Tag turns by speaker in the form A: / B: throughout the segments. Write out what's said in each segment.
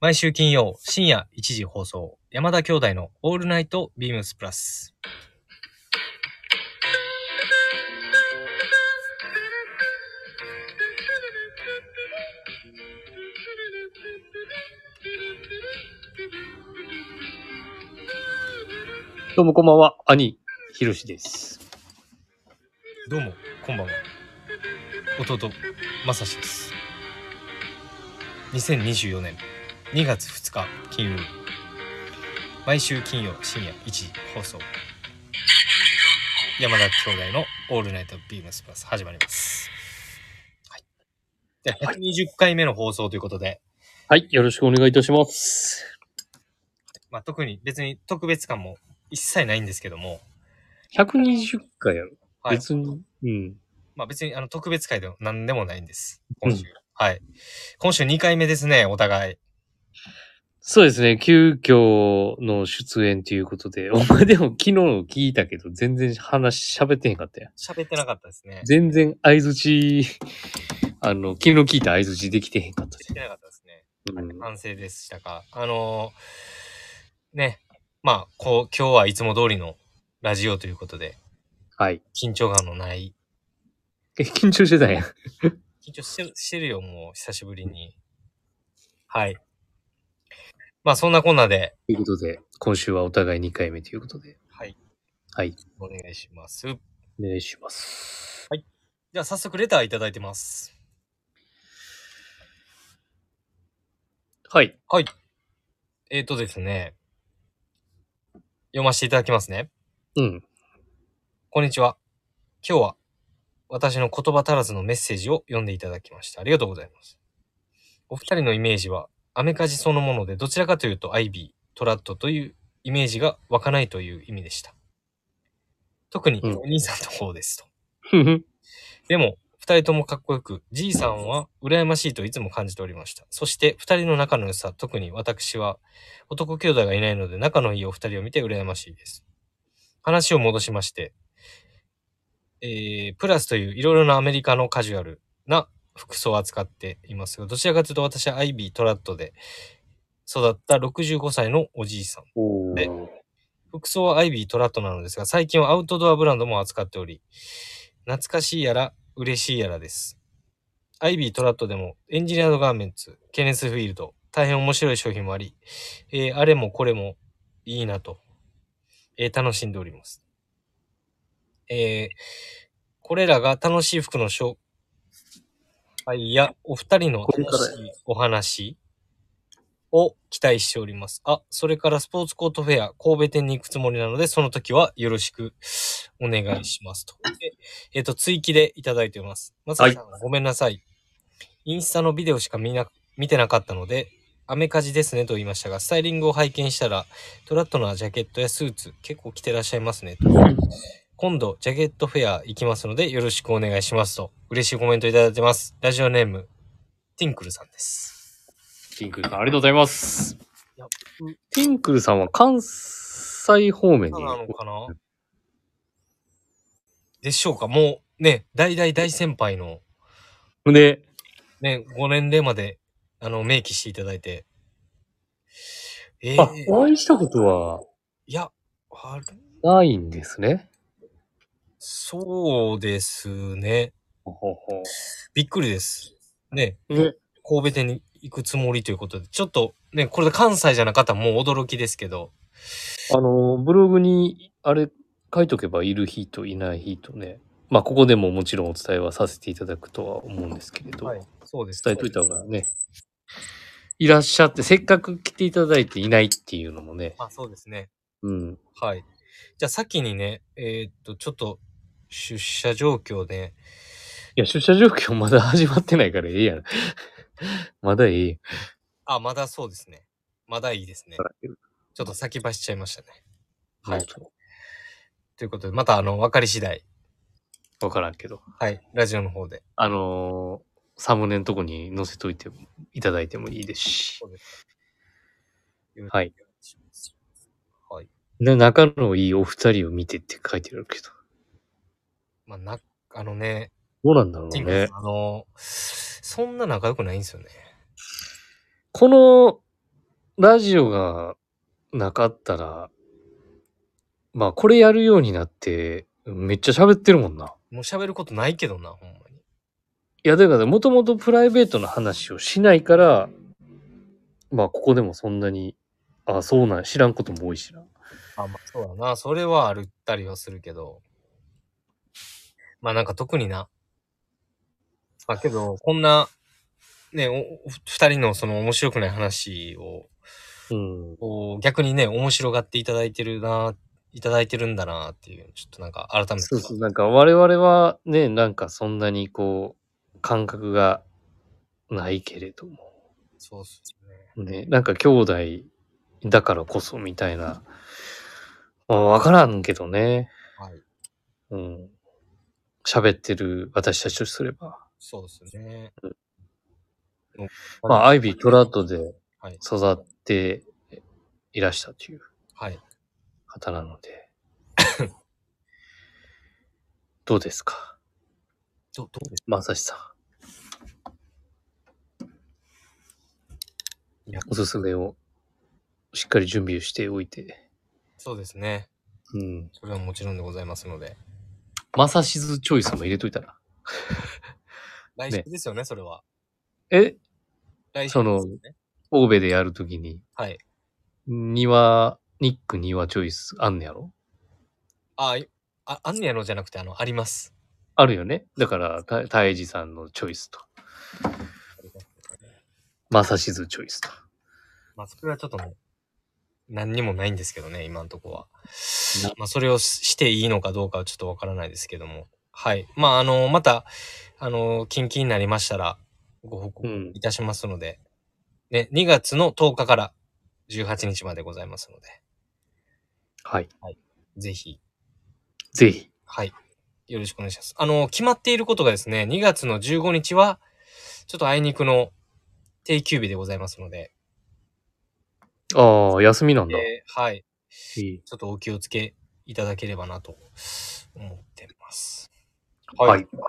A: 毎週金曜深夜1時放送、山田兄弟のオールナイトビームスプラス。
B: どうもこんばんは、兄、ひろしです。
A: どうも、こんばんは。弟、まさしです。2024年2月2日金曜日。毎週金曜深夜1時放送。山田兄弟のオールナイトビームスプラス始まります。はい。で、120回目の放送ということで、
B: はい、よろしくお願いいたします。
A: まあ、特に別に特別感も一切ないんですけども、
B: 120回やろ、
A: はい、
B: 別に。うん。
A: まあ別にあの特別会でも何でもないんです。今週。はい。今週2回目ですね、お互い。
B: そうですね、急遽の出演ということで、 お前でも昨日の聞いたけど、全然話喋ってへんかったやん。
A: 喋ってなかったですね。
B: 全然相づち、あの、昨日聞いた相づちできてへんかった
A: できてなかったですね。
B: で。うん
A: 反省でしたか。あのーね、まあこう、今日はいつも通りのラジオということで、
B: はい。
A: 緊張感のない、
B: え、緊張してたんやん。
A: 緊張してるしてるよ、もう久しぶりに。はい。まあそんなこんなで、
B: ということで、今週はお互い2回目ということで。
A: はい、
B: はい。
A: お願いします。
B: お願いします。
A: じゃあ早速レターいただいてます。
B: はい。
A: えっ、ー、とですね。読ませていただきますね。
B: うん。
A: こんにちは。今日は私の言葉足らずのメッセージを読んでいただきました。ありがとうございます。お二人のイメージはアメカジそのものでどちらかというとアイビー、トラッドというイメージが湧かないという意味でした。特に
B: うん
A: お兄さんの方ですと。
B: ふふ。
A: でも、二人ともかっこよく、じいさんは羨ましいといつも感じておりました。そして、二人の仲の良さ、特に私は、男兄弟がいないので仲のいいお二人を見て羨ましいです。話を戻しまして、えー、プラスといういろいろなアメリカのカジュアルな服装を扱っていますが、どちらかというと私はアイビー・トラッドで育った65歳のおじいさん。
B: お
A: で
B: ー。
A: 服装はアイビートラットなのですが、最近はアウトドアブランドも扱っており、懐かしいやら嬉しいやらです。アイビートラットでもエンジニアードガーメンツ、ケネスフィールド、大変面白い商品もあり、えーあれもこれもいいなと、えー楽しんでおります。えーこれらが楽しい服の紹介やお二人の楽しいお話を期待しております。あ、それからスポーツコートフェア神戸店に行くつもりなので、その時はよろしくお願いしますと。でえっ、と、追記でいただいております。まささん、ごめんなさい。インスタのビデオしか見な、見てなかったので、アメカジですねと言いましたが、スタイリングを拝見したら、トラットなジャケットやスーツ、結構着てらっしゃいますねと。今度、ジャケットフェア行きますので、よろしくお願いしますと。嬉しいコメントいただいてます。ラジオネーム、ティンクルさんです。
B: ティンクルさん、ありがとうございます
A: いや。
B: ティンクルさんは関西方面
A: な
B: に。
A: のかなでしょうかもうね、大大大先輩の
B: で、
A: ね、ご年齢まで、あの、明記していただいて。えー
B: あ、お会いしたことはい
A: や、ある
B: ないんですね。
A: そうですね。びっくりです。ね、
B: ね
A: 神戸店に行くつもりということで、ちょっとね、これで関西じゃなかったらもう驚きですけど、
B: あの、ブログに、あれ、書いとけば、いる日といない日とね。まあ、ここでももちろんお伝えはさせていただくとは思うんですけれど、
A: はい、そうです。
B: 伝えといた方がね、いらっしゃって、せっかく来ていただいていないっていうのもね、
A: まあそうですね。
B: うん。
A: はい。じゃあ先にね、えーっと、ちょっと出社状況で、
B: いや、出社状況まだ始まってないからええやん。 まだええやん。
A: あ、まだそうですね。まだいいですね。ちょっと先走っちゃいましたね。はい。ということで、またあの、分かり次第、
B: わからんけど。
A: はい、ラジオの方で。
B: あのーサムネのとこに載せといていただいてもいいですし。はい。
A: はい。
B: で仲のいいお二人を見てって書いてあるけど。
A: まあ、な、あのね、
B: どうなんだろう
A: ジンク。
B: ね
A: さんあの、そんな仲良くないんですよね。
B: このラジオがなかったら、まあこれやるようになって、めっちゃ喋ってるもんな。
A: もう喋ることないけどな、ほんまに。
B: いや、だからもともとプライベートの話をしないから、まあここでもそんなに、あ、そうなん、知らんことも多いしな。
A: あ、まあそうだな。それはあるったりはするけど。まあなんか特にな。まあけど、こんな、ね、おお二人のその面白くない話を、
B: うん。
A: こう逆にね、面白がっていただいてるな、いただいてるんだなっていう、ちょっとなんか改めて。
B: そうそう、なんか我々はね、なんかそんなにこう、感覚がないけれども、
A: そうっすね。
B: ね、なんか兄弟だからこそみたいな、まあわからんけどね。
A: はい。
B: うん。喋ってる私たちとすれば。
A: そうですね。
B: まあ、アイビー・トラットで
A: はい。
B: 育っていらしたという
A: はい。
B: 方なの で。どうですか
A: ど、どうです
B: まさしさん
A: いや。
B: おすすめをしっかり準備をしておいて。
A: そうですね。
B: うん。
A: それはもちろんでございますので。
B: まさしずチョイスも入れといたら。
A: 来週ですよね、それは。
B: え
A: 来週
B: その
A: ですよね。
B: 神戸でやるときに、
A: はい。
B: 庭、ニック庭チョイスあんねやろ
A: あ、いあ、あんねやろじゃなくて、あの、あります。
B: あるよね。だから、たたいじさんのチョイスと、まさしずチョイスと。
A: まあ、それはちょっともう、何にもないんですけどね、今のとこは。まあ、それをししていいのかどうかはちょっとわからないですけども。はい。まあ、あの、また、あの、近々になりましたら、ご報
B: う
A: 告
B: ん。
A: いたしますので、ね、2月の10日から18日までございますので、
B: はい。
A: ぜひ、
B: ぜひ。
A: はい。よろしくお願いします。あの、決まっていることがですね、2月の15日は、ちょっとあいにくの定休日でございますので、
B: ああ、休みなんだ。
A: えーはい。
B: いい
A: ちょっとお気をつけいただければなと思ってます。
B: は
A: あり
B: い
A: がと。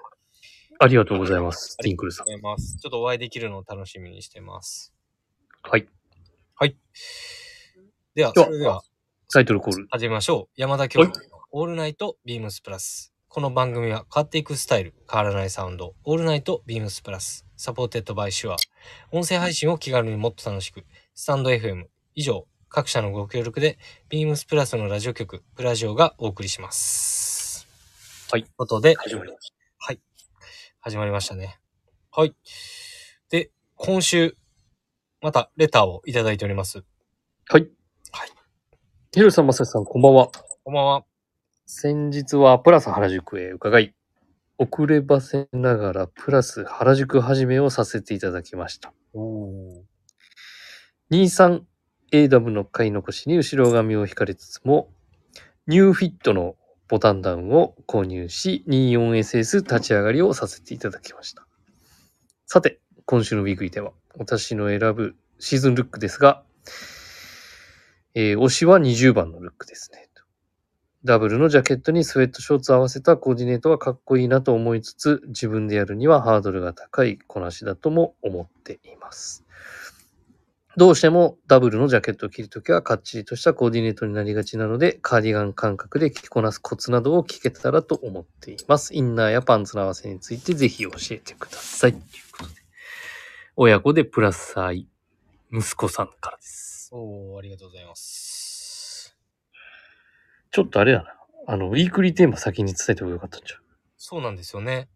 B: ありがとうございます。ティンクルさ
A: うございます。ちょっとお会いできるのを楽しみにしてます。
B: ん。はい。
A: では、
B: では
A: それでは
B: タイトルコール。
A: 始めましょう。山田教授のオールナイトビームスプラス。この番組は変わっていくスタイル、変わらないサウンド、オールナイトビームスプラス、サポーテッドバイシュア、音声配信を気軽にもっと楽しく、スタンド FM 以上、各社のご協力で、ビームスプラスのラジオ局、プラジオがお送りします。
B: はい
A: ということで、
B: 始まりまし
A: 始まりましたね。はい。で、今週、またレターをいただいております。
B: た。はい。
A: はい。
B: ヒロさん、まさしさん、こんばんは。
A: こんばんは。
B: 先日はプラス原宿へ伺い、遅ればせながらプラス原宿始めをさせていただきました。
A: お
B: 23AW の買い残しに後ろ髪を引かれつつも、ニューフィットのボタンダウンを購入し、24SS 立ち上がりをさせていただきました。さて、今週のウィークイーテーは、私の選ぶシーズンルックですが、えー推しは20番のルックですね。とダブルのジャケットにスウェットショーツを合わせたコーディネートはかっこいいなと思いつつ、自分でやるにはハードルが高いこなしだとも思っています。どうしてもダブルのジャケットを着るときはかっちりとしたコーディネートになりがちなので、カーディガン感覚で着こなすコツなどを聞けたらと思っています。インナーやパンツの合わせについてぜひ教えてください。ということで。親子でプラス愛、息子さんからです。
A: おーありがとうございます。
B: ちょっとあれやな。あの、ウィークリーテーマ先に伝えてもよかったんじゃん。
A: そうなんですよね。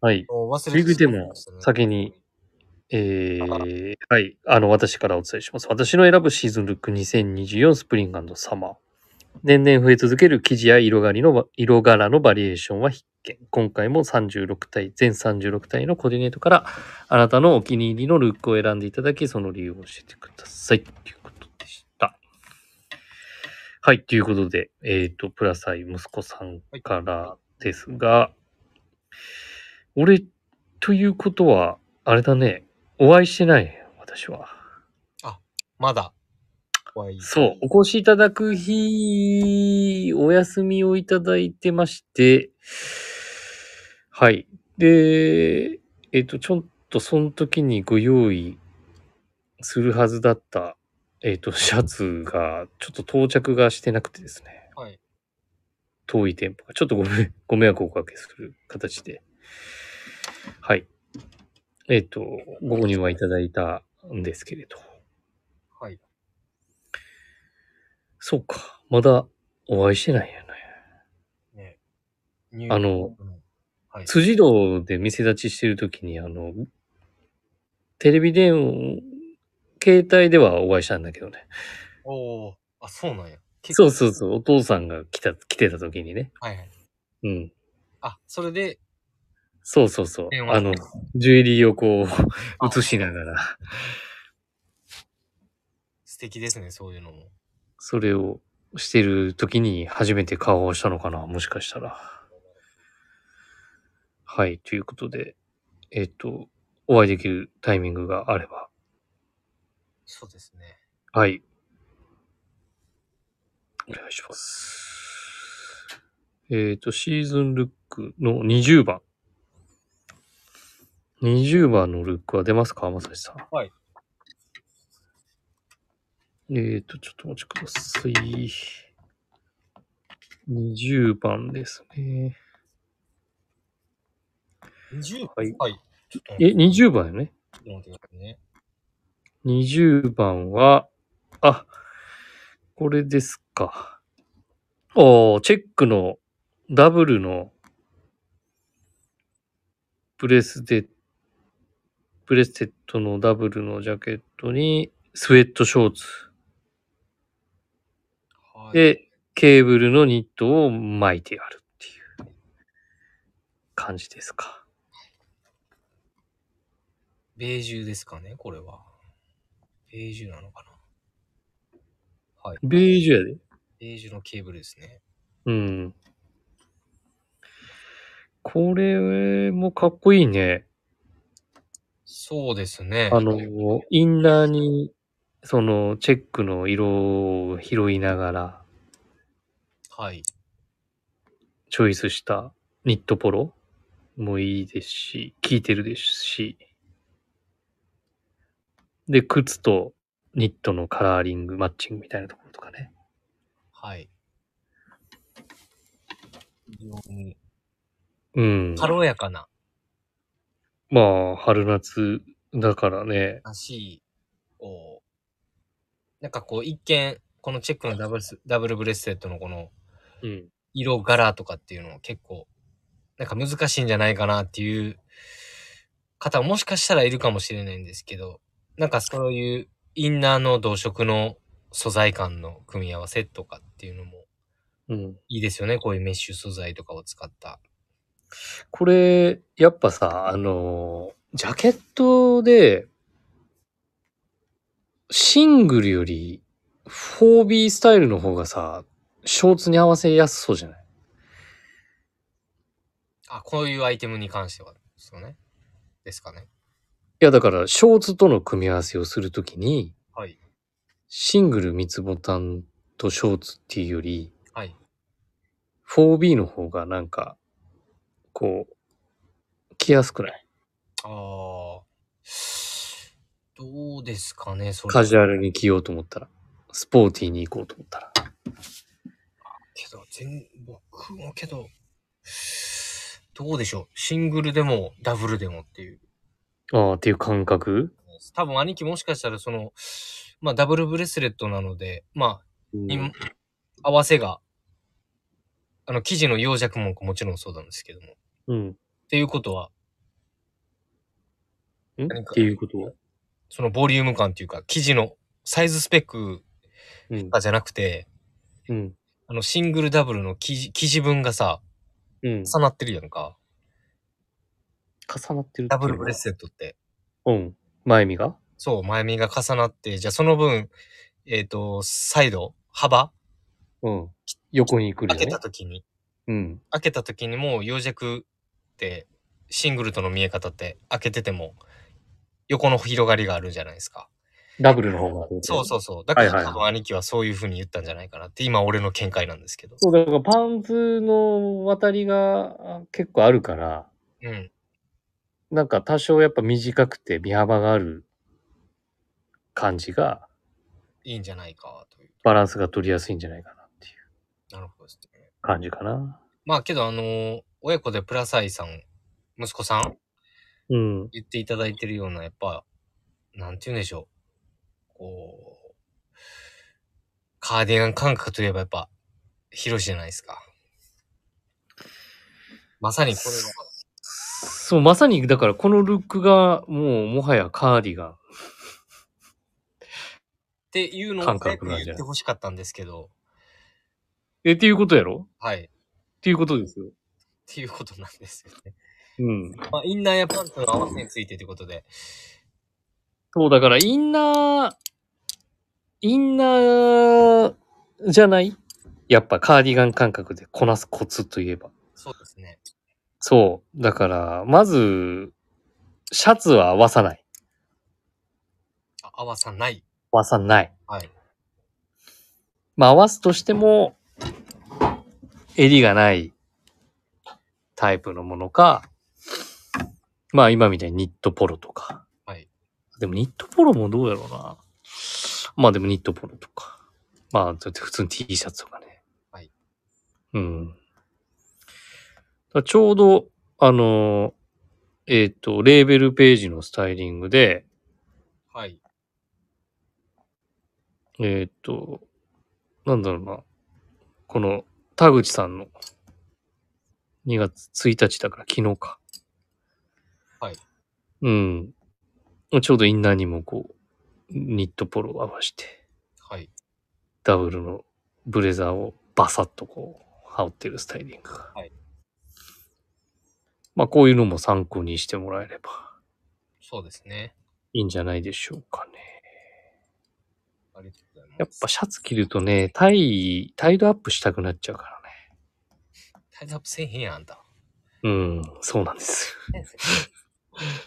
B: はい。
A: もう忘
B: ビッグ
A: れ
B: テ
A: て
B: ーマ先に。えー、はい。あの、私からお伝えします。私の選ぶシーズンルック2024スプリングサマー。年々増え続ける生地や色柄のば色柄のバリエーションは必見。今回も36体、全36体のコーディネートから、あなたのお気に入りのルックを選んでいただき、その理由を教えてください。ということでした。はい。ということで、えっ、と、プラサイ息子さんからですが、俺、ということは、あれだね。お会いしてない、私は。
A: まだ。怖い。
B: そう。お越しいただく日、お休みをいただいてまして、はい。で、えっ、と、ちょっとその時にご用意するはずだった、えっ、と、シャツが、ちょっと到着がしてなくてですね。
A: はい。
B: 遠い店舗が、ちょっとごめん、ご迷惑をおかけする形で。はい。えっ、と、ご購入はいただいたんですけれど。
A: はい。
B: そうか。まだお会いしてないよね。
A: ね。ニュ
B: あの、
A: はい。
B: 辻堂で店立ちしてるときに、あの、テレビ電話、携帯ではお会いしたんだけどね。
A: おーあ、そうなんや。結
B: そ
A: 構
B: うそうそう、お父さんが来た、来てた時にね。
A: はいはい。
B: うん。
A: あ、それで、
B: そうそうそう。
A: 電話
B: あの、ジュエリーをこ
A: あ
B: う、映 しながら、
A: 素敵ですね、そういうのも。
B: それをしてる時に初めて顔をしたのかな、もしかしたら。はい、ということで、えっと、お会いできるタイミングがあれば、
A: そうですね。
B: はい。お願いします。えっ、と、シーズンルックの20番。20番のルックは出ますかまさしさん。
A: はい。
B: えっ、と、ちょっとお待ちください。20番ですね。
A: 20
B: はい
A: はい。ちょっと待って
B: え、20番よね。
A: ちょっと待ってくださいね。
B: 20番は、あ、これですか。おー、チェックのダブルのブレスで、ブレステッドのダブルのジャケットにスウェットショーツ
A: はい、
B: でケーブルのニットを巻いてあるっていう感じですか。
A: ベージュですかね、これは。ベージュなのかな。はい。
B: ベージュやで。
A: ベージュのケーブルですね。
B: うん。これもかっこいいね。
A: そうですね。
B: あの、インナーに、その、チェックの色を拾いながら、
A: はい。
B: チョイスしたニットポロもいいですし、効いてるですし、で、靴とニットのカラーリング、マッチングみたいなところとかね。
A: はい。非常に
B: うん。
A: 軽やかな、
B: まあ、春夏だからね。
A: らしい、こう、なんかこう、一見、このチェックのダブルスダブルブレスレットのこの
B: うん。
A: 色柄とかっていうのは結構、なんか難しいんじゃないかなっていう方もしかしたらいるかもしれないんですけど、なんかそういうインナーの同色の素材感の組み合わせとかっていうのも
B: うん。
A: いいですよね。こういうメッシュ素材とかを使った。
B: これ、やっぱさ、あのージャケットで、シングルより 4B スタイルの方がさ、ショーツに合わせやすそうじゃない
A: あ、こういうアイテムに関してはですよね。ですかね。
B: いや、だから、ショーツとの組み合わせをするときに、
A: はい。
B: シングル三つボタンとショーツっていうより、
A: はい。
B: 4B の方がなんか、こう、着やすくない
A: あー。どうですかね、それ。
B: カジュアルに着ようと思ったら。スポーティーに行こうと思ったら。
A: けど、全、僕もけど、どうでしょう。シングルでもダブルでもっていう。
B: ああ、っていう感覚
A: 多分兄貴もしかしたらその、まあダブルブレスレットなので、まあ、
B: うん
A: 今合わせが、あの、生地の溶弱ももちろんそうなんですけども。っ
B: うん。
A: ていうことは、
B: んっ
A: 何か
B: ていうことは、
A: そのボリューム感というか、生地のサイズスペック
B: うん
A: がじゃなくて、
B: うん。
A: あの、シングルダブルの生地、生地分がさ、
B: うん。
A: 重なってるやんか。
B: 重なってるっていうのは
A: ダブルブレスレットって。
B: うん。前見が
A: そう、前身が重なって、じゃあその分、えっ、と、サイド、幅
B: うん。横に来る
A: 開
B: よ
A: け
B: ね
A: た。時に、
B: うん。
A: 開けた時にもう溶弱ってシングルとの見え方って開けてても横の広がりがあるじゃないですか。
B: ダブルの方が。
A: そう
B: う。
A: そうそう。だから
B: はいはいは
A: 多
B: い
A: 分兄貴はそういう風に言ったんじゃないかなって今俺の見解なんですけど。
B: そう、だからパンツの渡りがあ結構あるから、
A: うん。
B: なんか多少やっぱ短くて身幅がある感じが
A: いいんじゃないかという。
B: バランスが取りやすいんじゃないかなっていう
A: なるほどですね。
B: 感じかな。
A: まあけどあのー親子でプラサイさん、息子さん
B: うん。
A: 言っていただいてるような、やっぱ、なんて言うんでしょう。こう、カーディガン感覚といえばやっぱ、広いじゃないですか。まさにこれは、
B: そう、まさに、だからこのルックがもうもはやカーディガン。
A: っていうのを
B: 感
A: 早
B: 覚
A: く
B: なんじゃない
A: 言ってほしかったんですけど、
B: え、っていうことやろ
A: はい。っ
B: っていうことですよ。
A: ていうことなんですよね。
B: うん。
A: まあ、インナーやパンツの合わせについてということで、
B: そう、だからインナー、インナーじゃないやっぱカーディガン感覚でこなすコツといえば。
A: そうですね。
B: そう。だから、まず、シャツは合わさない。
A: あ合わさない。
B: 合わさない。
A: はい。
B: まあ、合わすとしても、襟がないタイプのものか、まあ、今みたいにニットポロとか。
A: はい。
B: でも、ニットポロもどうやろうな。まあ、でもニットポロとか。まあ、だって普通に T シャツとかね。
A: はい。
B: うん。だからちょうど、あの、えっ、と、レーベルページのスタイリングで、
A: はい。
B: えーっと、なんだろうな。この、田口さんの、2月1日だから昨日か。
A: はい。
B: うん。ちょうどインナーにもこう、ニットポロを合わして、
A: はい。
B: ダブルのブレザーをバサッとこう、羽織ってるスタイリングが。
A: はい。
B: まあ、こういうのも参考にしてもらえれば
A: そうですね。
B: いいんじゃないでしょうかね。
A: ありがとうございます。
B: やっぱシャツ着るとね、タイ、タイドアップしたくなっちゃうからね。
A: タイズアップせえへんやん、あんた。
B: うん、そうなんです。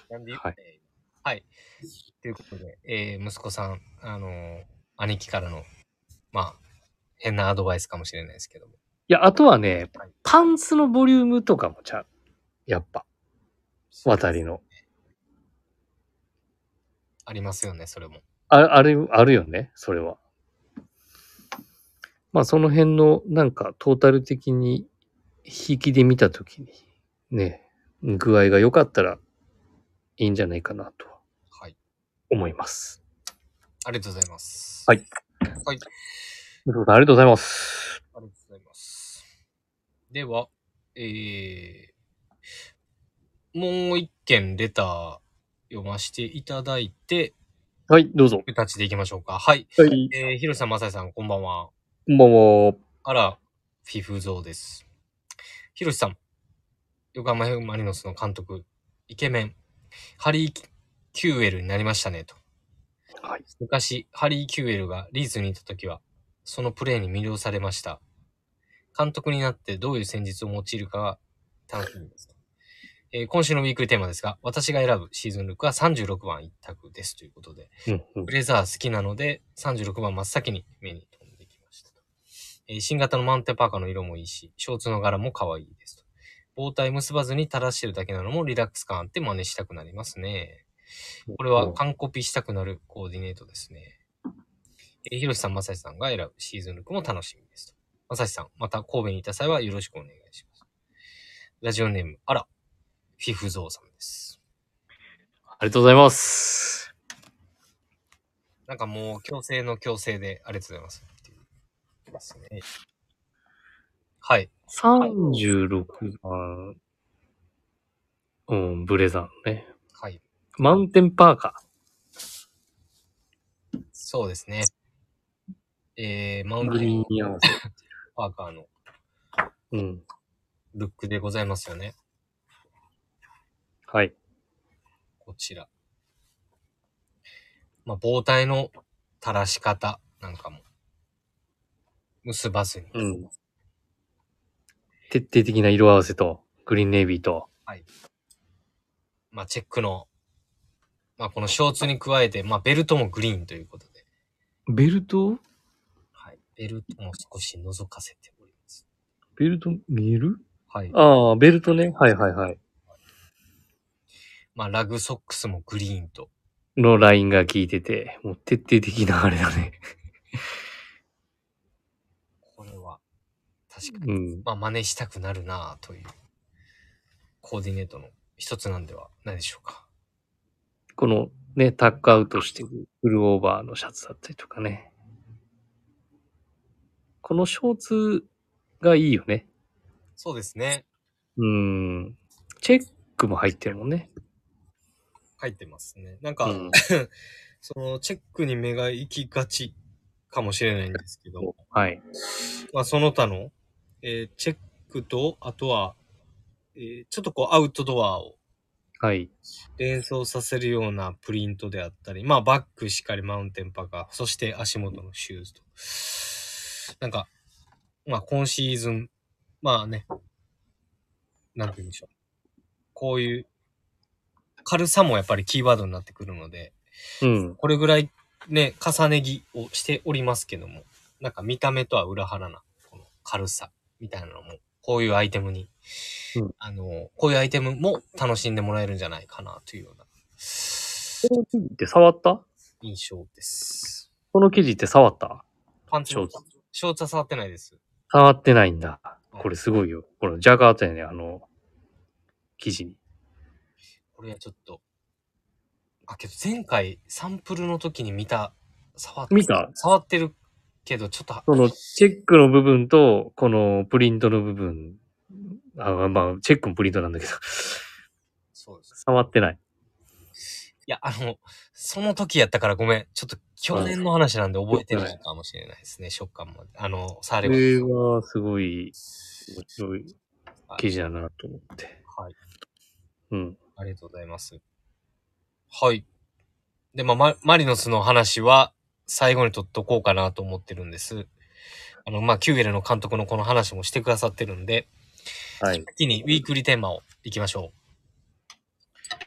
A: なんで言
B: はい
A: えーはい。ということで、えー息子さん、あのー兄貴からの、まあ、変なアドバイスかもしれないですけども。
B: いや、あとはね
A: はい、
B: パンツのボリュームとかもちゃう。やっぱ、渡りの。
A: ありますよね、それも。
B: あある、あるよね、それは。まあ、その辺の、なんか、トータル的に、引きで見たときに、ね、具合が良かったら、いいんじゃないかなとは
A: はい。
B: 思います。
A: ありがとうございます。
B: はい。
A: はい。
B: ありがとうございます。
A: ありがとうございます。では、えー、もう一件レター読ませていただいて、
B: はい、どうぞ。
A: 僕たちでいきましょうか。はい。
B: はい、
A: えー、ひろしさん、まさやさん、こんばんは。
B: こんばんは。
A: あら、フィフゾーです。ひろしさん、横浜 F ・マリノスの監督、イケメン、ハリー・キューエルになりましたね、と。
B: はい。
A: 昔、ハリー・キューエルがリーズにいた時は、そのプレーに魅了されました。監督になってどういう戦術を用いるかが楽しみです。えー今週のウィークリーテーマですが、私が選ぶシーズンルックは36番一択ですということで、
B: うんうん
A: ブレザー好きなので、36番真っ先に目に飛んできましたと。えー新型のマウンテンパーカーの色もいいし、ショーツの柄も可愛いですと。包帯結ばずに垂らしてるだけなのもリラックス感あって真似したくなりますね。これは完コピしたくなるコーディネートですね。えー、ひろしさん、まさしさんが選ぶシーズンルックも楽しみですと。まさしさん、また神戸にいた際はよろしくお願いします。ラジオネーム、あら、フィフゾウさんです。
B: ありがとうございます。
A: なんかもう強制の強制でありがとうございますっていうですね。はい。
B: 36番、うん、ブレザーのね。
A: はい。
B: マウンテンパーカ
A: そうですね。えー、マウ
B: ー。
A: ン
B: グ
A: テ
B: リー
A: ン
B: ンに合わせ。
A: パーカーの
B: うん。
A: ルックでございますよね。
B: はい。
A: こちら。まあ、包帯の垂らし方なんかも、結ばずに。
B: うん徹底的な色合わせと、グリーンネイビーと。
A: まあ、チェックの、まあ、このショーツに加えて、まあ、ベルトもグリーンということで、
B: ベルト
A: はい。ベルトも少し覗かせております。
B: ベルト見える
A: はい。
B: ああ、ベルトね。はいはいはい。
A: まあ、ラグソックスもグリーンと、
B: のラインが効いてて、もう徹底的なあれだね。
A: 確かに。
B: うん。
A: まあ、真似したくなるなあという、コーディネートの一つなんではないでしょうか。
B: このね、タックアウトしてるフルオーバーのシャツだったりとかね。このショーツがいいよね。
A: そうですね。
B: うん。チェックも入ってるもんね。
A: 入ってますね。なん
B: う
A: か、
B: ん。
A: その、チェックに目が行きがちかもしれないんですけど、
B: はい。
A: まあ、その他の、えーチェックと、あとは、えーちょっとこう、アウトドアを
B: はい。
A: 連想させるようなプリントであったり、まあバッグしっかりマウンテンパーカー、そして足元のシューズと。なんか、まあ今シーズン、まあね、なんて言うんでしょう。こういう軽さもやっぱりキーワードになってくるので、
B: うん。
A: これぐらいね、重ね着をしておりますけども、なんか見た目とは裏腹な、この軽さみたいなのも、こういうアイテムに、
B: うん
A: あの、こういうアイテムも楽しんでもらえるんじゃないかなというような
B: この生地って触った
A: 印象です。
B: この生地って触った
A: パンツ
B: ショーツ
A: ショーツは触ってないです。
B: 触ってないんだ。これすごいよ。このジャガーとやね、あの、生地に。
A: これはちょっと。あ、けど前回サンプルの時に見た、触って
B: 見た
A: 触ってるけど、ちょっと、
B: そのチェックの部分と、このプリントの部分。あまあ、チェックもプリントなんだけど、
A: そうです。
B: 触ってない。
A: いや、あの、その時やったからごめん。ちょっと去年の話なんで覚えてないかもしれないですね、食感まで。あの、触れ
B: こ
A: は。
B: れはすごい面白い記事だなと思って。
A: はい。
B: うん。
A: ありがとうございます。はい。で、まあ、ママリノスの話は最後に取っとこうかなと思ってるんです。あの、まあ、キューエルの監督のこの話もしてくださってるんで、
B: はい。
A: 次にウィークリーテーマをいきましょ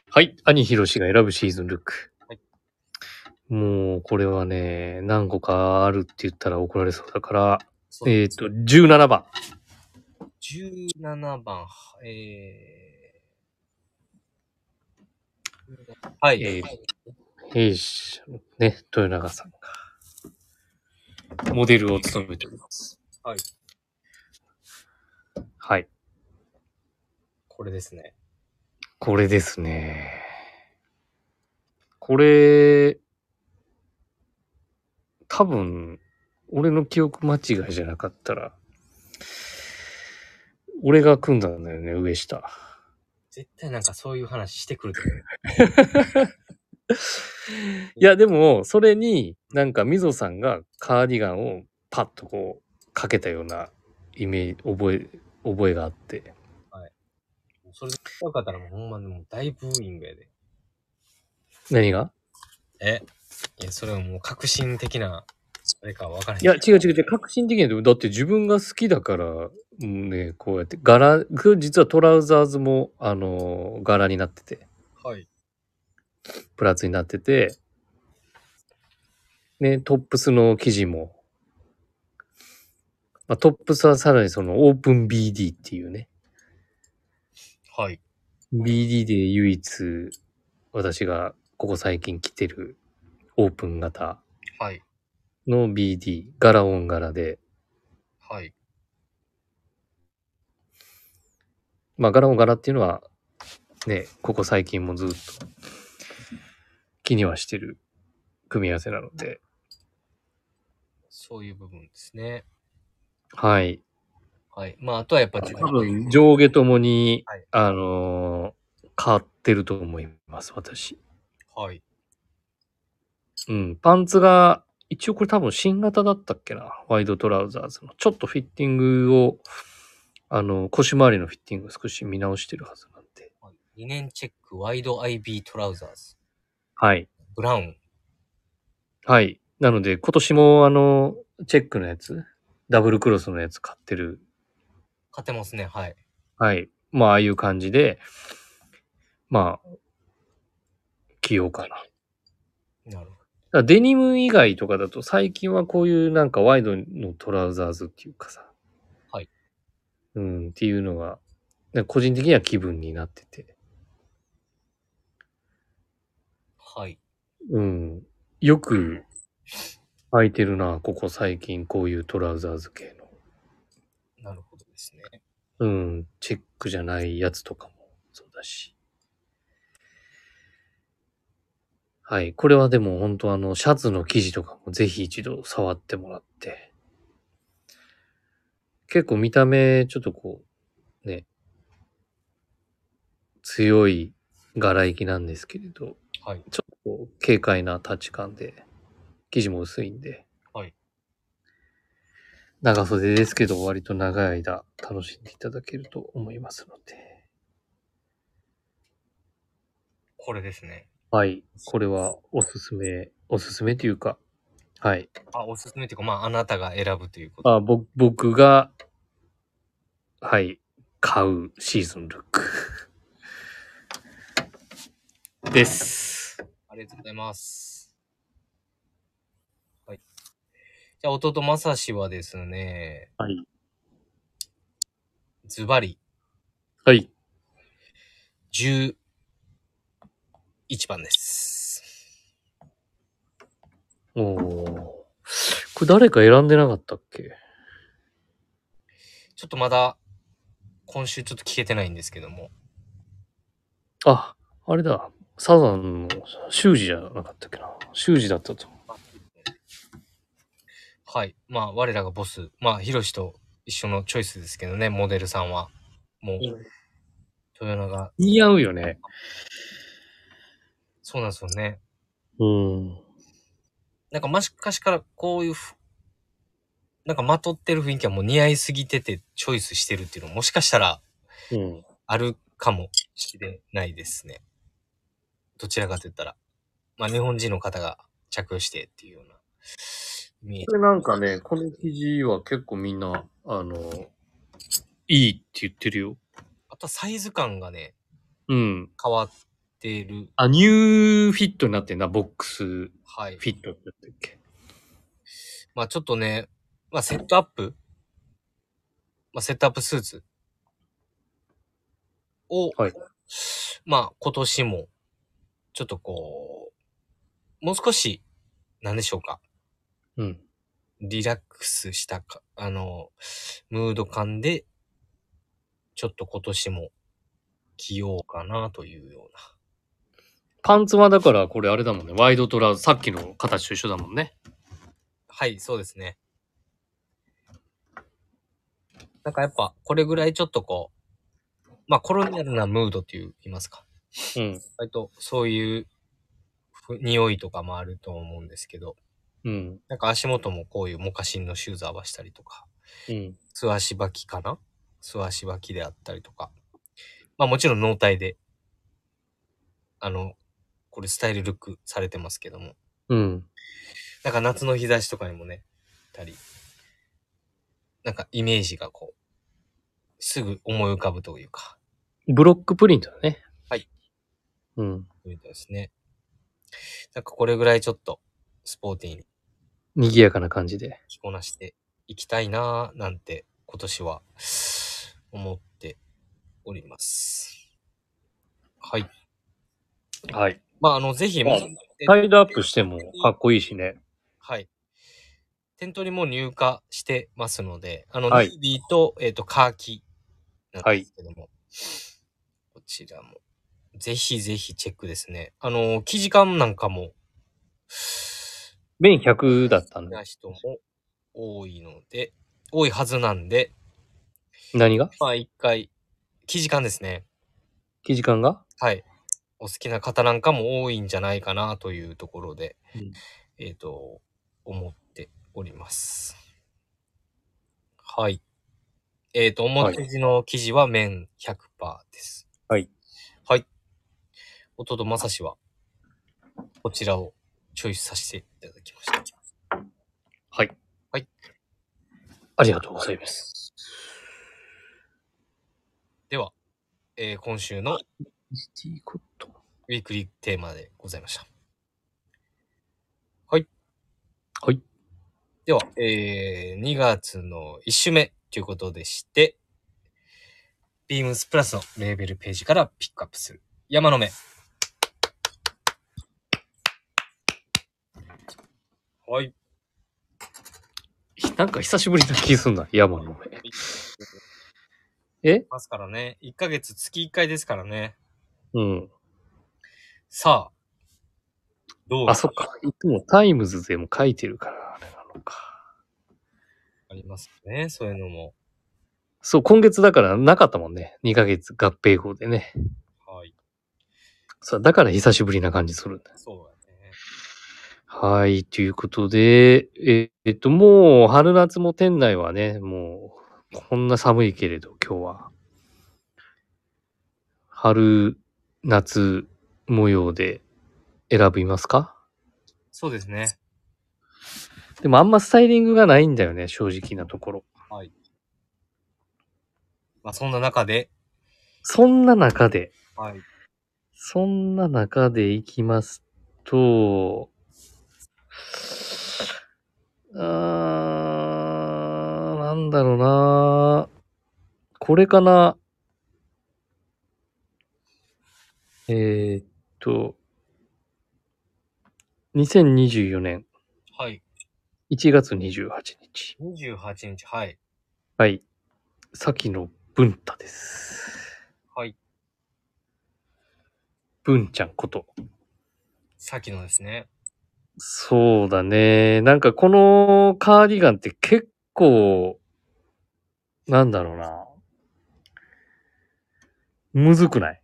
B: はい。兄ひろしが選ぶシーズンルック。
A: はい
B: もう、これはね、何個かあるって言ったら怒られそうだから、
A: う。
B: えっ、と、17番。
A: 17番、えー、はい。
B: え弊社のね、豊永さんが、モデルを務めております。
A: はい。
B: はい。
A: これですね。
B: これですね。これ、多分、俺の記憶間違いじゃなかったら、俺が組んだんだよね、上下。
A: 絶対なんかそういう話してくると思う。
B: いや、でも、それに、なんか、みぞさんがカーディガンをパッとこう、かけたようなイメージ、覚え、覚えがあって。
A: それでよかったらもうほんまにもう大ブーイングやで。
B: 何が
A: えいや、それはもう革新的な、あれかわからへん。
B: いや、違う違う違う、革新的なんだよだって自分が好きだから、うんね、こうやって、柄、実はトラウザーズも、あの、柄になってて、
A: はい。
B: プラツになってて、ね、トップスの生地も、まあ、トップスはさらにそのオープン BD っていうね、
A: はい。
B: BD で唯一私がここ最近着てるオープン型
A: はい。
B: の BD 柄オン柄で
A: はい。
B: まあ柄オン柄っていうのはねここ最近もずっと気にはしてる組み合わせなので
A: そういう部分ですね。
B: はい
A: はい。まあ、あとはやっぱ自
B: 多
A: 分
B: 分上下ともに、
A: はい
B: あのー変わってると思います私
A: はい。
B: うんパンツが一応これ多分新型だったっけなワイドトラウザーズのちょっとフィッティングをあの腰回りのフィッティングを少し見直してるはずなんで
A: 2年チェック、ワイド IB トラウザーズ。
B: はい
A: ブラウン。
B: はい。なので、今年もあの、チェックのやつ、ダブルクロスのやつ買ってる。
A: 買ってますね。はい。
B: はい。まあ、ああいう感じで、まあ、着ようかな。だか
A: なるほど。
B: らデニム以外とかだと、最近はこういうなんかワイドのトラウザーズっていうかさ。
A: はい。
B: うん、っていうのが、なんか個人的には気分になってて。
A: はい。
B: うん。よく履いてるな、ここ最近、こういうトラウザーズ系の。
A: なるほですね。
B: うん、チェックじゃないやつとかもそうだし。はい、これはでも本当あの、シャツの生地とかもぜひ一度触ってもらって。結構見た目、ちょっとこう、ね、強い柄行きなんですけれど、
A: はい。
B: ちょっとこう軽快なタッチ感で、生地も薄いんで。
A: はい
B: 長袖ですけど、割と長い間楽しんでいただけると思いますので。
A: これですね。
B: はい。これはおすすめ、おすすめというか、はい。
A: あ、おすすめというか、まあ、あなたが選ぶということ。
B: あぼ僕が、はい、買うシーズンルック。 です。
A: ありがとうございます。はい。じゃあ、弟まさしはですね、
B: はい。
A: ズバリ
B: はい。
A: 11番です。
B: おお。これ誰か選んでなかったっけ
A: ちょっとまだ、今週ちょっと聞けてないんですけども。
B: あ、あれだ。サザンの修士じゃなかったっけな。修士だったと。
A: はい。まあ、我らがボス。まあ、ヒロシと一緒のチョイスですけどね、モデルさんは。もう、豊永。
B: 似合うよね。
A: そうなんですよね。
B: うん。
A: なんか、昔からこういうふ、なんか、まとってる雰囲気はもう似合いすぎてて、チョイスしてるっていうのも、しかしたら、
B: うん。
A: あるかもしれないですね。どちらかと言ったら。まあ、日本人の方が着用してっていうような。見え
B: これなんかね、この記事は結構みんな、あの、いいって言ってるよ。
A: あとはサイズ感がね、
B: うん。
A: 変わってる。
B: あ、ニューフィットになってんな、ボックスフ
A: はい。
B: ィットってやったっけ。
A: まあちょっとね、まあセットアップ、まあセットアップスーツを、
B: はい
A: まあ今年も、ちょっとこう、もう少し、なんでしょうか。
B: うん。
A: リラックスしたか、あの、ムード感で、ちょっと今年も着ようかなというような。
B: パンツはだからこれあれだもんね、ワイドトラウザさっきの形と一緒だもんね。
A: はい、そうですね。なんかやっぱ、これぐらいちょっとこう、まあコロニャルなムードという言いますか。
B: うん。
A: 割とそういうふ匂いとかもあると思うんですけど、
B: うん。
A: なんか足元もこういうモカシンのシューズ合わしたりとか、
B: うん。
A: 素足履きかな素足履きであったりとか。まあもちろん脳体で、あの、これスタイルルックされてますけども。
B: うん。
A: なんか夏の日差しとかにもね、たり、なんかイメージがこう、すぐ思い浮かぶというか、
B: ブロックプリントだね。
A: はい。
B: うん。
A: みたいですね。なんかこれぐらいちょっとスポーティーに
B: 賑やかな感じで。
A: 着こなしていきたいなぁなんて今年は思っております。はい。
B: はい。
A: まあ、あの、ぜひ、
B: まあ
A: もう
B: サイドアップしてもかっこいいしね。
A: はい。店頭にもう入荷してますので、あの、
B: はい
A: ネイビーと、えっ、と、カーキなんですけども、こちらも、ぜひぜひチェックですね。あの、生地感なんかも、
B: 面100だったんだ
A: な。人も多いので、多いはずなんで、
B: 何が
A: まあ一回、生地感ですね。
B: 生地感が
A: はい。お好きな方なんかも多いんじゃないかなというところで、
B: うん
A: えっ、と、思っております。はい。えっ、と、表地の生地は綿100%です。
B: はい。
A: はい。弟まさしは、こちらをチョイスさせていただきました。
B: はい。
A: はい。
B: ありがとうございます。
A: では、えー今週の
B: いいこと。
A: ウィークリーテーマでございました。
B: はい。
A: では、えー、2月の1週目ということでして、ビームスプラスのレーベルページからピックアップする。山の目。はい。
B: なんか久しぶりな気すんな、山の上。え
A: ますからね。1ヶ月月1回ですからね。
B: うん。
A: さあ、どう
B: あ、そっか。いつもタイムズでも書いてるから、あれなのか。
A: ありますね。そういうのも。
B: そう、今月だからなかったもんね。2ヶ月合併号でね。
A: はい。
B: そう、だから久しぶりな感じするんだ。
A: そうだね。
B: はい、ということで、ええっと、もう春夏も店内はね、もうこんな寒いけれど、今日は。春夏模様で選びますか
A: そうですね。
B: でもあんまスタイリングがないんだよね、正直なところ。
A: まあそんな中で、
B: そんな中で、
A: はい。
B: そんな中でいきますと、うーん、なんだろうなこれかなえーっと、2024年
A: はい。
B: 1月28日。
A: 28日、はい。
B: はい。さきの文太です。
A: はい。
B: 文ちゃんこと。
A: さっきのですね。
B: そうだね。なんかこのカーディガンって結構、なんだろうな。むずくない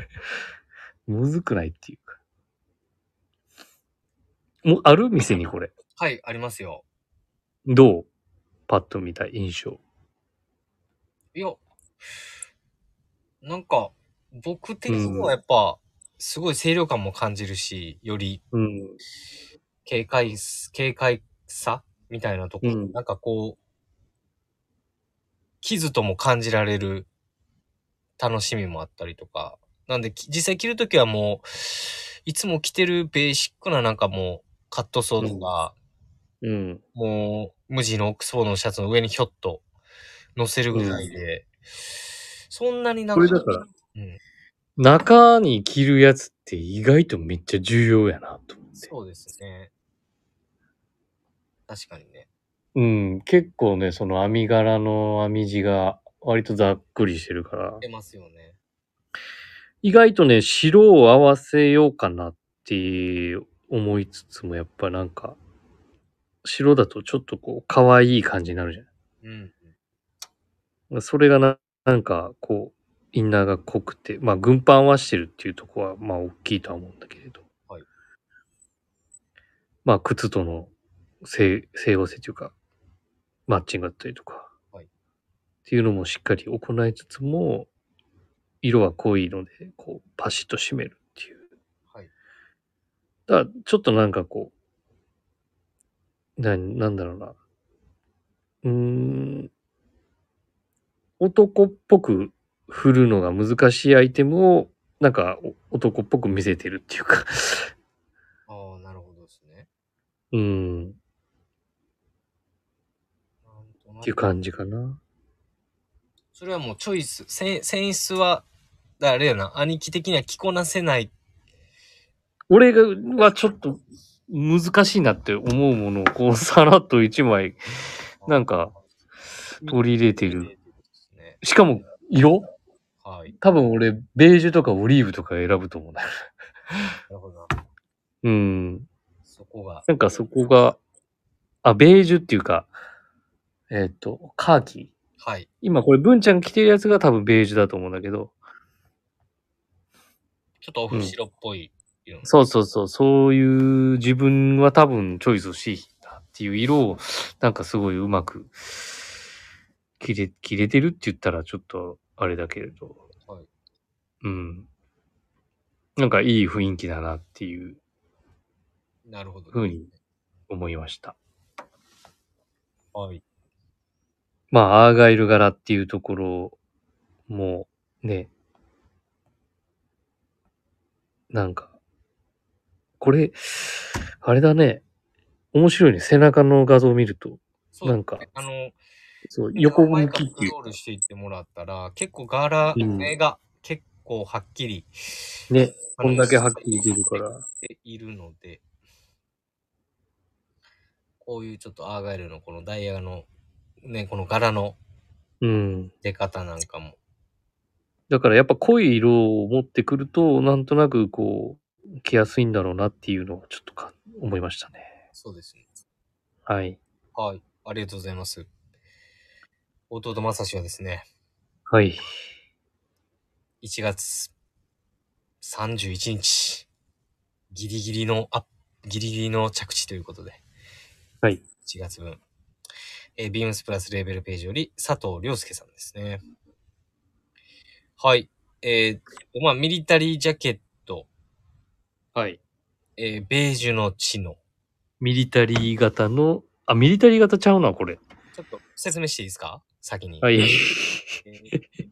B: むずくないっていうか。もうある店にこれ。
A: はい、ありますよ。
B: どうパッと見た印象。
A: いや、なんか、僕的にはやっぱ、すごい清涼感も感じるし、より
B: うん。
A: 軽快す、軽快さみたいなところ、
B: うん
A: なんかこう、傷とも感じられる楽しみもあったりとか。なんで、き実際着るときはもう、いつも着てるベーシックななんかもう、カットソーとか、
B: うん。
A: もう、無地のオックスフォードのシャツの上にひょっと乗せるぐらいで、そんなになん
B: こ
A: か、
B: れだから、
A: うん、
B: 中に着るやつって意外とめっちゃ重要やなと思って。
A: そうですね。確かにね。
B: うん。結構ね、その編み柄の編み地が割とざっくりしてるから。
A: 出ますよね。
B: 意外とね、白を合わせようかなって思いつつも、やっぱなんか、白だとちょっとこう、可愛い感じになるじ
A: うん。
B: ゃん。それがななんか、こう、インナーが濃くて、まあ、軍パンはしてるっていうとこは、まあ、大きいとは思うんだけれど。
A: はい
B: まあ、靴との整整合性というか、マッチングだったりとか、
A: はい
B: っていうのもしっかり行いつつも、色は濃いので、こう、パシッと締めるっていう。
A: はい。
B: だからちょっとなんかこう、な、なんだろうな。うーん。男っぽく振るのが難しいアイテムを、なんかお男っぽく見せてるっていうか。
A: ああ、なるほどですね。
B: うん。
A: なんとな
B: っ
A: く
B: ていう感じかな。
A: それはもうチョイス、せん選出は、だからあれやな、兄貴的には着こなせない。
B: 俺が、はちょっと難しいなって思うものを、こう、さらっと一枚、なんか、取り入れて
A: 入れ
B: る。
A: てるんですね。
B: しかも、色
A: はい。
B: 多分俺、ベージュとかオリーブとか選ぶと思うんだよ。
A: なるほどな。
B: うん。
A: そこが。
B: なんかそこが、あ、ベージュっていうか、えーっ、と、カーキ。
A: はい。
B: 今これ、文ちゃん着てるやつが多分ベージュだと思うんだけど、
A: ちょっとお風白っぽい色、
B: そうそうそう、そういう自分は多分チョイスしいなっていう色を、なんかすごいうまく、着れ、着れてるって言ったらちょっとあれだけれど、
A: はい
B: うん。なんかいい雰囲気だなっていう
A: なるほど。
B: ふうに思いました。
A: はい。
B: まあ、アーガイル柄っていうところもね、なんか、これ、あれだね、面白いね。背中の画像を見ると、
A: そうですね
B: なんか
A: あの、
B: そう横
A: 前
B: 向
A: か
B: きっ
A: らス
B: てい
A: ロールしていってもらったら、結構柄、
B: うん
A: 絵が結構はっきり、
B: う。ね、
A: あ
B: こ
A: の
B: んだけはっきり出るから。
A: ているので、こういうちょっとアーガイルのこのダイヤの、ね、この柄の
B: うん。
A: 出方なんかも。
B: だからやっぱ濃い色を持ってくると、なんとなくこう、着やすいんだろうなっていうのをちょっとか思いましたね。
A: そうですね。
B: はい。
A: はい。ありがとうございます。弟正志はですね、
B: はい。
A: 1月31日、ギリギリのアップ、ギリギリの着地ということで。
B: はい。
A: 1月分。えー、ビームスプラスレーベルページより佐藤亮介さんですね。はい。えー、まあ、ミリタリージャケット、
B: はい。
A: えー、ベージュのチノ。
B: ミリタリー型の、あ、ミリタリー型ちゃうな、これ。
A: ちょっと説明していいですか先に。
B: はい。
A: えー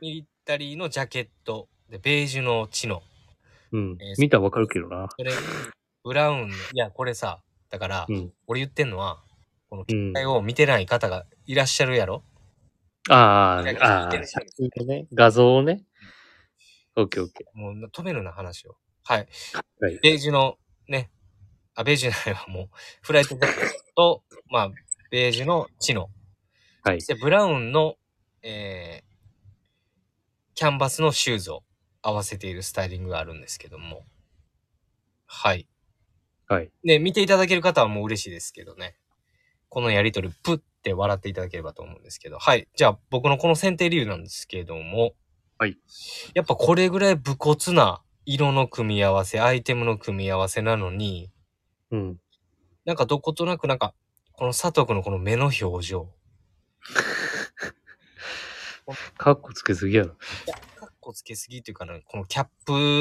A: ミリタリーのジャケット、で、ベージュのチノ。
B: うん
A: えー。
B: 見たらわかるけどな。
A: それに、ブラウンの、いや、これさ、だから、
B: うん。
A: 俺言ってんのは、この
B: う
A: 機
B: ん。
A: 械を見てない方がいらっしゃるやろ、
B: あ
A: 見て
B: あ、ああ
A: 見てる人いる
B: ね、画像をね。オッケーオッケ
A: もう止めるな、話を。はい。
B: はい
A: ベージュの、ね、あ、ベージュじゃないわ、もう、フライトジャケットと、まあ、ベージュのチノ。
B: ー。はい
A: そし。て、ブラウンの、えー、キャンバスのシューズを合わせているスタイリングがあるんですけども。はい。
B: はい。
A: で、見ていただける方はもう嬉しいですけどね。このやりとり、プッて笑っていただければと思うんですけど。はい。じゃあ、僕のこの選定理由なんですけども。
B: はい。
A: やっぱこれぐらい武骨な色の組み合わせ、アイテムの組み合わせなのに、
B: うん。
A: なんかどことなくなんか、この佐藤君のこの目の表情。
B: カッコつけすぎやろ。
A: いやかっこつけすぎというかね、このキャッ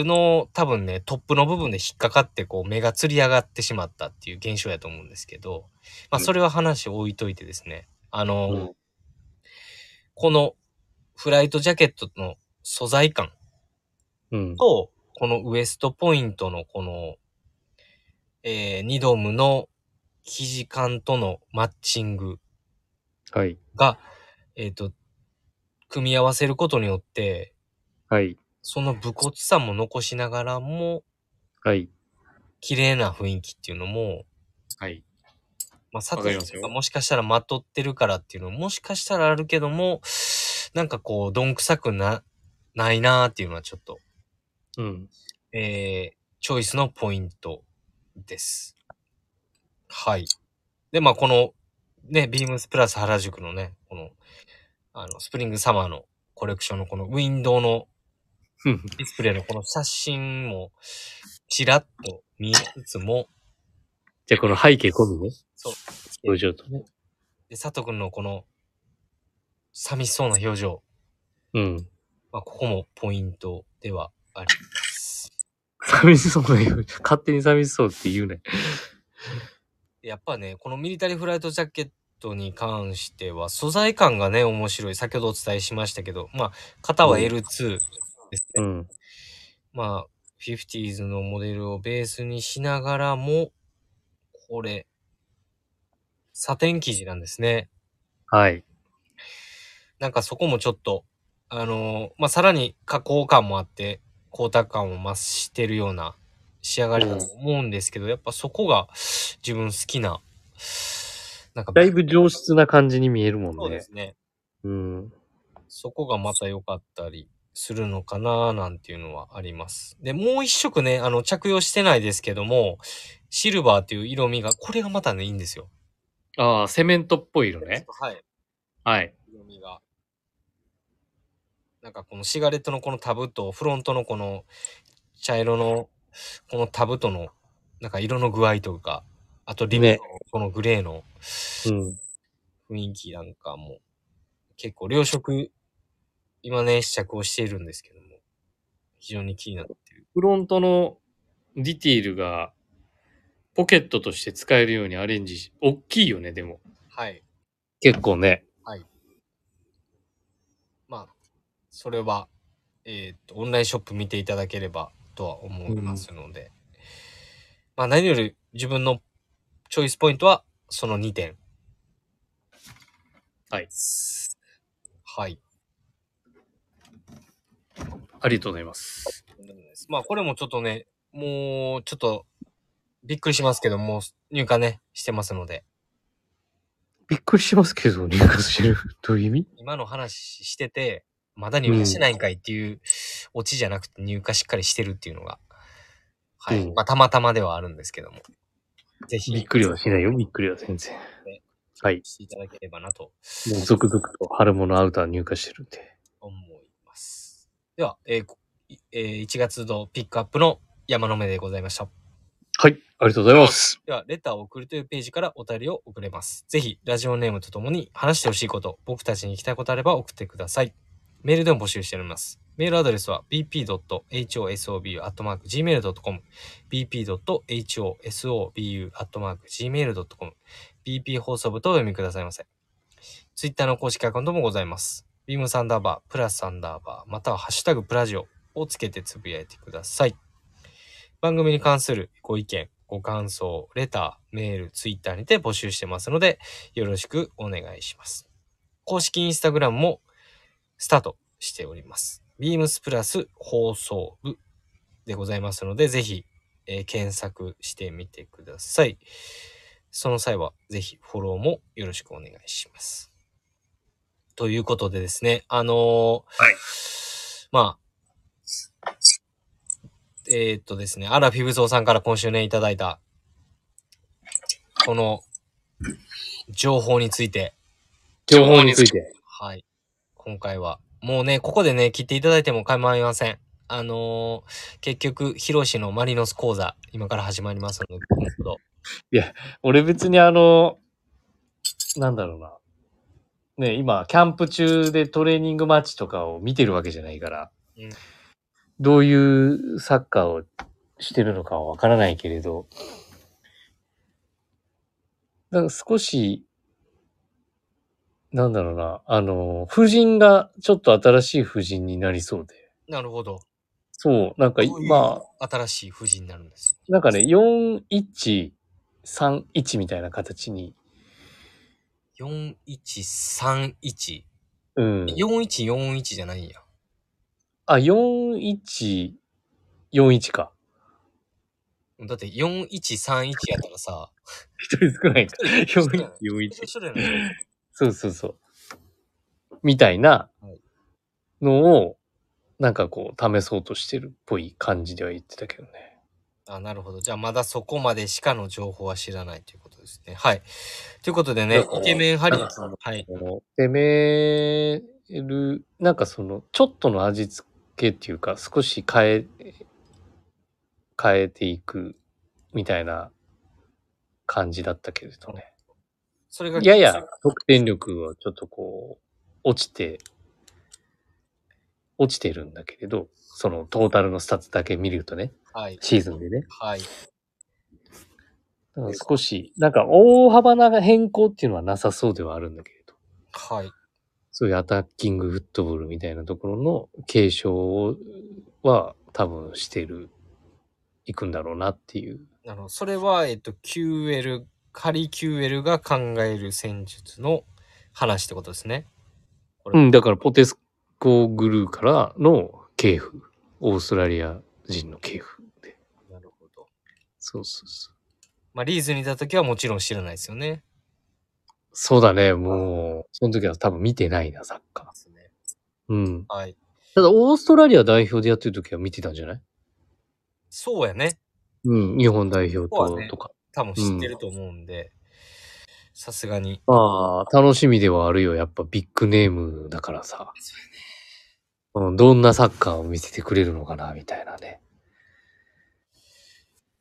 A: プの多分ね、トップの部分で引っかかって、こう目がつり上がってしまったっていう現象やと思うんですけど、まあ
B: うん
A: それは話置いといてですね、あの、
B: うん
A: このフライトジャケットの素材感
B: うん。
A: と、このウエストポイントのこの、えー、ニドムの生地感とのマッチング
B: はい。
A: が、えっ、と、組み合わせることによって、
B: はい。
A: その武骨さも残しながらも、
B: はい。
A: 綺麗な雰囲気っていうのも、
B: はい。
A: まあ、佐
B: わかり
A: 藤
B: ます
A: さん
B: よ
A: がもしかしたらまとってるからっていうのも、もしかしたらあるけども、なんかこう、どんくさくな、ないなーっていうのはちょっと、
B: うん。
A: えー、チョイスのポイントです。はい。で、まあ、この、ね、ビームスプラス原宿のね、この、あの、スプリングサマーのコレクションのこのウィンドウの
B: うん
A: ディスプレイのこの写真も、ちらっと見えつつも、
B: じゃあこの背景込みね。
A: そう。
B: 表情とね。
A: で、佐藤くんのこの、寂しそうな表情。
B: うん。
A: まあ、ここもポイントではあります。
B: 寂しそうな表情。勝手に寂しそうって言うね。
A: でやっぱね、このミリタリーフライトジャケットに関しては、素材感がね、面白い。先ほどお伝えしましたけど、まあ、型は
B: うん
A: L2 ですね。
B: うん。
A: まあ、50s のモデルをベースにしながらも、これ、サテン生地なんですね。
B: はい。
A: なんかそこもちょっと、あのーまあ、さらに加工感もあって、光沢感を増してるような仕上がりだと思うんですけど、やっぱそこが自分好きな、なんか、
B: だいぶ上質な感じに見えるもんね。
A: そうですね。
B: うん。
A: そこがまた良かったりするのかななんていうのはあります。で、もう一色ね、あの、着用してないですけども、シルバーっていう色味が、これがまたね、いいんですよ。
B: ああ、セメントっぽい色ね。
A: はい。
B: はい。
A: 色味が。なんかこのシガレットのこのタブとフロントのこの茶色のこのタブとのなんか色の具合とか、あとリムの
B: ね
A: このグレーの
B: うん。
A: 雰囲気なんかも結構両色今ね試着をしているんですけども、非常に気になってる。
B: フロントのディティールがポケットとして使えるようにアレンジし、大きいよね、でも。
A: はい。
B: 結構ね。
A: まあ、それは、えーっと、オンラインショップ見ていただければとは思いますので、まあ、何より自分のチョイスポイントは、その2点。
B: はい。
A: はい。
B: ありがとうございます。
A: まあ、これもちょっとね、もう、ちょっと、びっくりしますけど、もう入荷ね、してますので、
B: びっくりしますけど、入荷してる。どういう意味
A: 今の話してて、まだ入荷してないんかいっていうオチじゃなくて入荷しっかりしてるっていうのが、はい。
B: うん
A: まあ、たまたまではあるんですけども。ぜひ、
B: びっくりはしないよ、びっくりは全然。はい。
A: していただければなと
B: もう続々と春物アウター入荷してるんで。
A: 思います。では、えーこいえー1月のピックアップの山の目でございました。
B: はい、ありがとうございます。
A: では、レターを送るというページからお便りを送れます。ぜひ、ラジオネームとともに話してほしいこと、僕たちに聞きたいことあれば送ってください。メールでも募集しております。メールアドレスは bp.hosobu.gmail.com bp.hosobu.gmail.com bp 放送部とお読みくださいませ。ツイッターの公式アカウントもございます。ビームサンダーバー、プラスサンダーバー、またはハッシュタグプラジオをつけてつぶやいてください。番組に関するご意見、ご感想、レター、メール、ツイッターにて募集してますので、よろしくお願いします。公式インスタグラムもスタートしております。ビームスプラス放送部でございますので、ぜひ、えー検索してみてください。その際は、ぜひフォローもよろしくお願いします。ということでですね、あのー
B: はい
A: まあ、えーっとですね、アラフィブゾウさんから今週ね、いただいた、この、情報について、
B: 情報について。
A: はい。今回は、もうね、ここでね、切っていただいても構いません。あのー結局、ヒロシのマリノス講座、今から始まりますので、今度、
B: 俺別にあの、なんだろうな。ね、今、キャンプ中でトレーニングマッチとかを見てるわけじゃないから、
A: うん
B: どういうサッカーをしてるのかはわからないけれど、だから少し、なんだろうな、あの、夫人がちょっと新しい夫人になりそうで、
A: なるほど。
B: そう、なんか
A: どういう
B: 今、
A: 新しい夫人になるんです。
B: なんかね、4131みたいな形に。
A: 4131。
B: うん。
A: 4141じゃないんや。
B: あ、4141か。
A: だって4131やったらさ、
B: 一人少ないか。
A: 一人
B: 4141。
A: 一緒だよね。
B: そうそうそう。みたいな
A: はい
B: のを、なんかこう、試そうとしてるっぽい感じでは言ってたけどね。
A: あ、なるほど。じゃあまだそこまでしかの情報は知らないということですね。はい。ということでね
B: だか、ら
A: イケメンハリ
B: な
A: ー
B: んか
A: さ
B: そ
A: ん
B: の。
A: はい。
B: この、攻める、なんかその、ちょっとの味付けっていうか、少し変え、変えていくみたいな感じだったけれどね。
A: それが、
B: やや得点力はちょっとこう、落ちて、落ちてるんだけれど、そのトータルのスタッツだけ見るとね、
A: はい。
B: シーズンでね。
A: はい。
B: だから少し、なんか大幅な変更っていうのはなさそうではあるんだけれど。
A: はい。
B: そういうアタッキングフットボールみたいなところの継承は多分してる、いくんだろうなっていう。
A: あの、それは、えっと、QL、仮 QL が考える戦術の話ってことですね。これ
B: うん、だからポテスコグルーからの系譜。オーストラリア人の系譜で。
A: なるほど。
B: そうそうそう。
A: まあ、リーズにいた時はもちろん知らないですよね。
B: そうだね、もう、その時は多分見てないな、サッカ
A: ですね
B: ー。うん。
A: はい。
B: ただ、オーストラリア代表でやってる時は見てたんじゃない
A: そうやね。
B: うん、日本代表
A: そうだ
B: と、
A: ね
B: とか。
A: 多分知ってると思うんで、さすがに。
B: まあ、楽しみではあるよ。やっぱビッグネームだからさ。うん、どんなサッカーを見せてくれるのかな、みたいなね。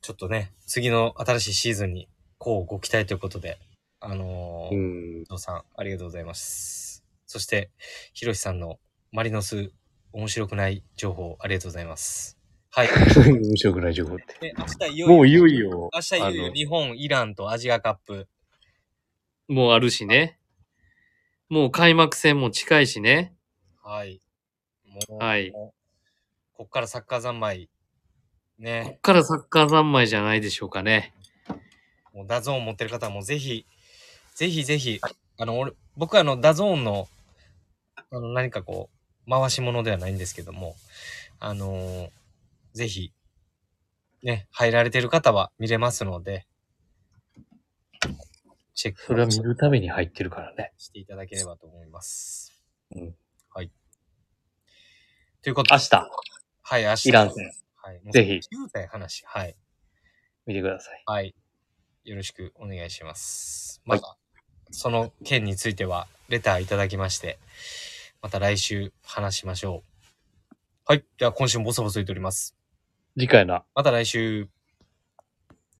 A: ちょっとね、次の新しいシーズンに、こうご期待ということで、あのー、
B: うん
A: 伊。藤さん、ありがとうございます。そして、ひろしさんのマリノス、面白くない情報、ありがとうございます。はい。
B: 面白くない情報って。
A: で明日いよいよ、
B: もういよいよ。
A: 明日いよい
B: あ
A: よ
B: の
A: 日本、イランとアジアカップ。
B: もうあるしね。もう開幕戦も近いしね。
A: はい。もう、
B: はい
A: こっからサッカー三昧。
B: こ
A: ね
B: っ。からサッカー三昧じゃないでしょうかね。
A: もうダゾーン持ってる方はもうぜひ、ぜひぜひ、あの、俺、僕はあの、ダゾーンの、あの、何かこう、回し物ではないんですけども、あのーぜひ、ね、入られてる方は見れますので、チェック
B: それは見るために入ってるからね。
A: していただければと思います。
B: うん
A: はい。ということで
B: 明日、
A: はい、明日。
B: イラン戦、
A: はい、
B: ぜひ。
A: 9体話。はい。
B: 見てください。
A: はい。よろしくお願いします。また、その件については、レターいただきまして、また来週話しましょう。はい。では、今週もボソボソ言っております。
B: 次回の
A: また来週。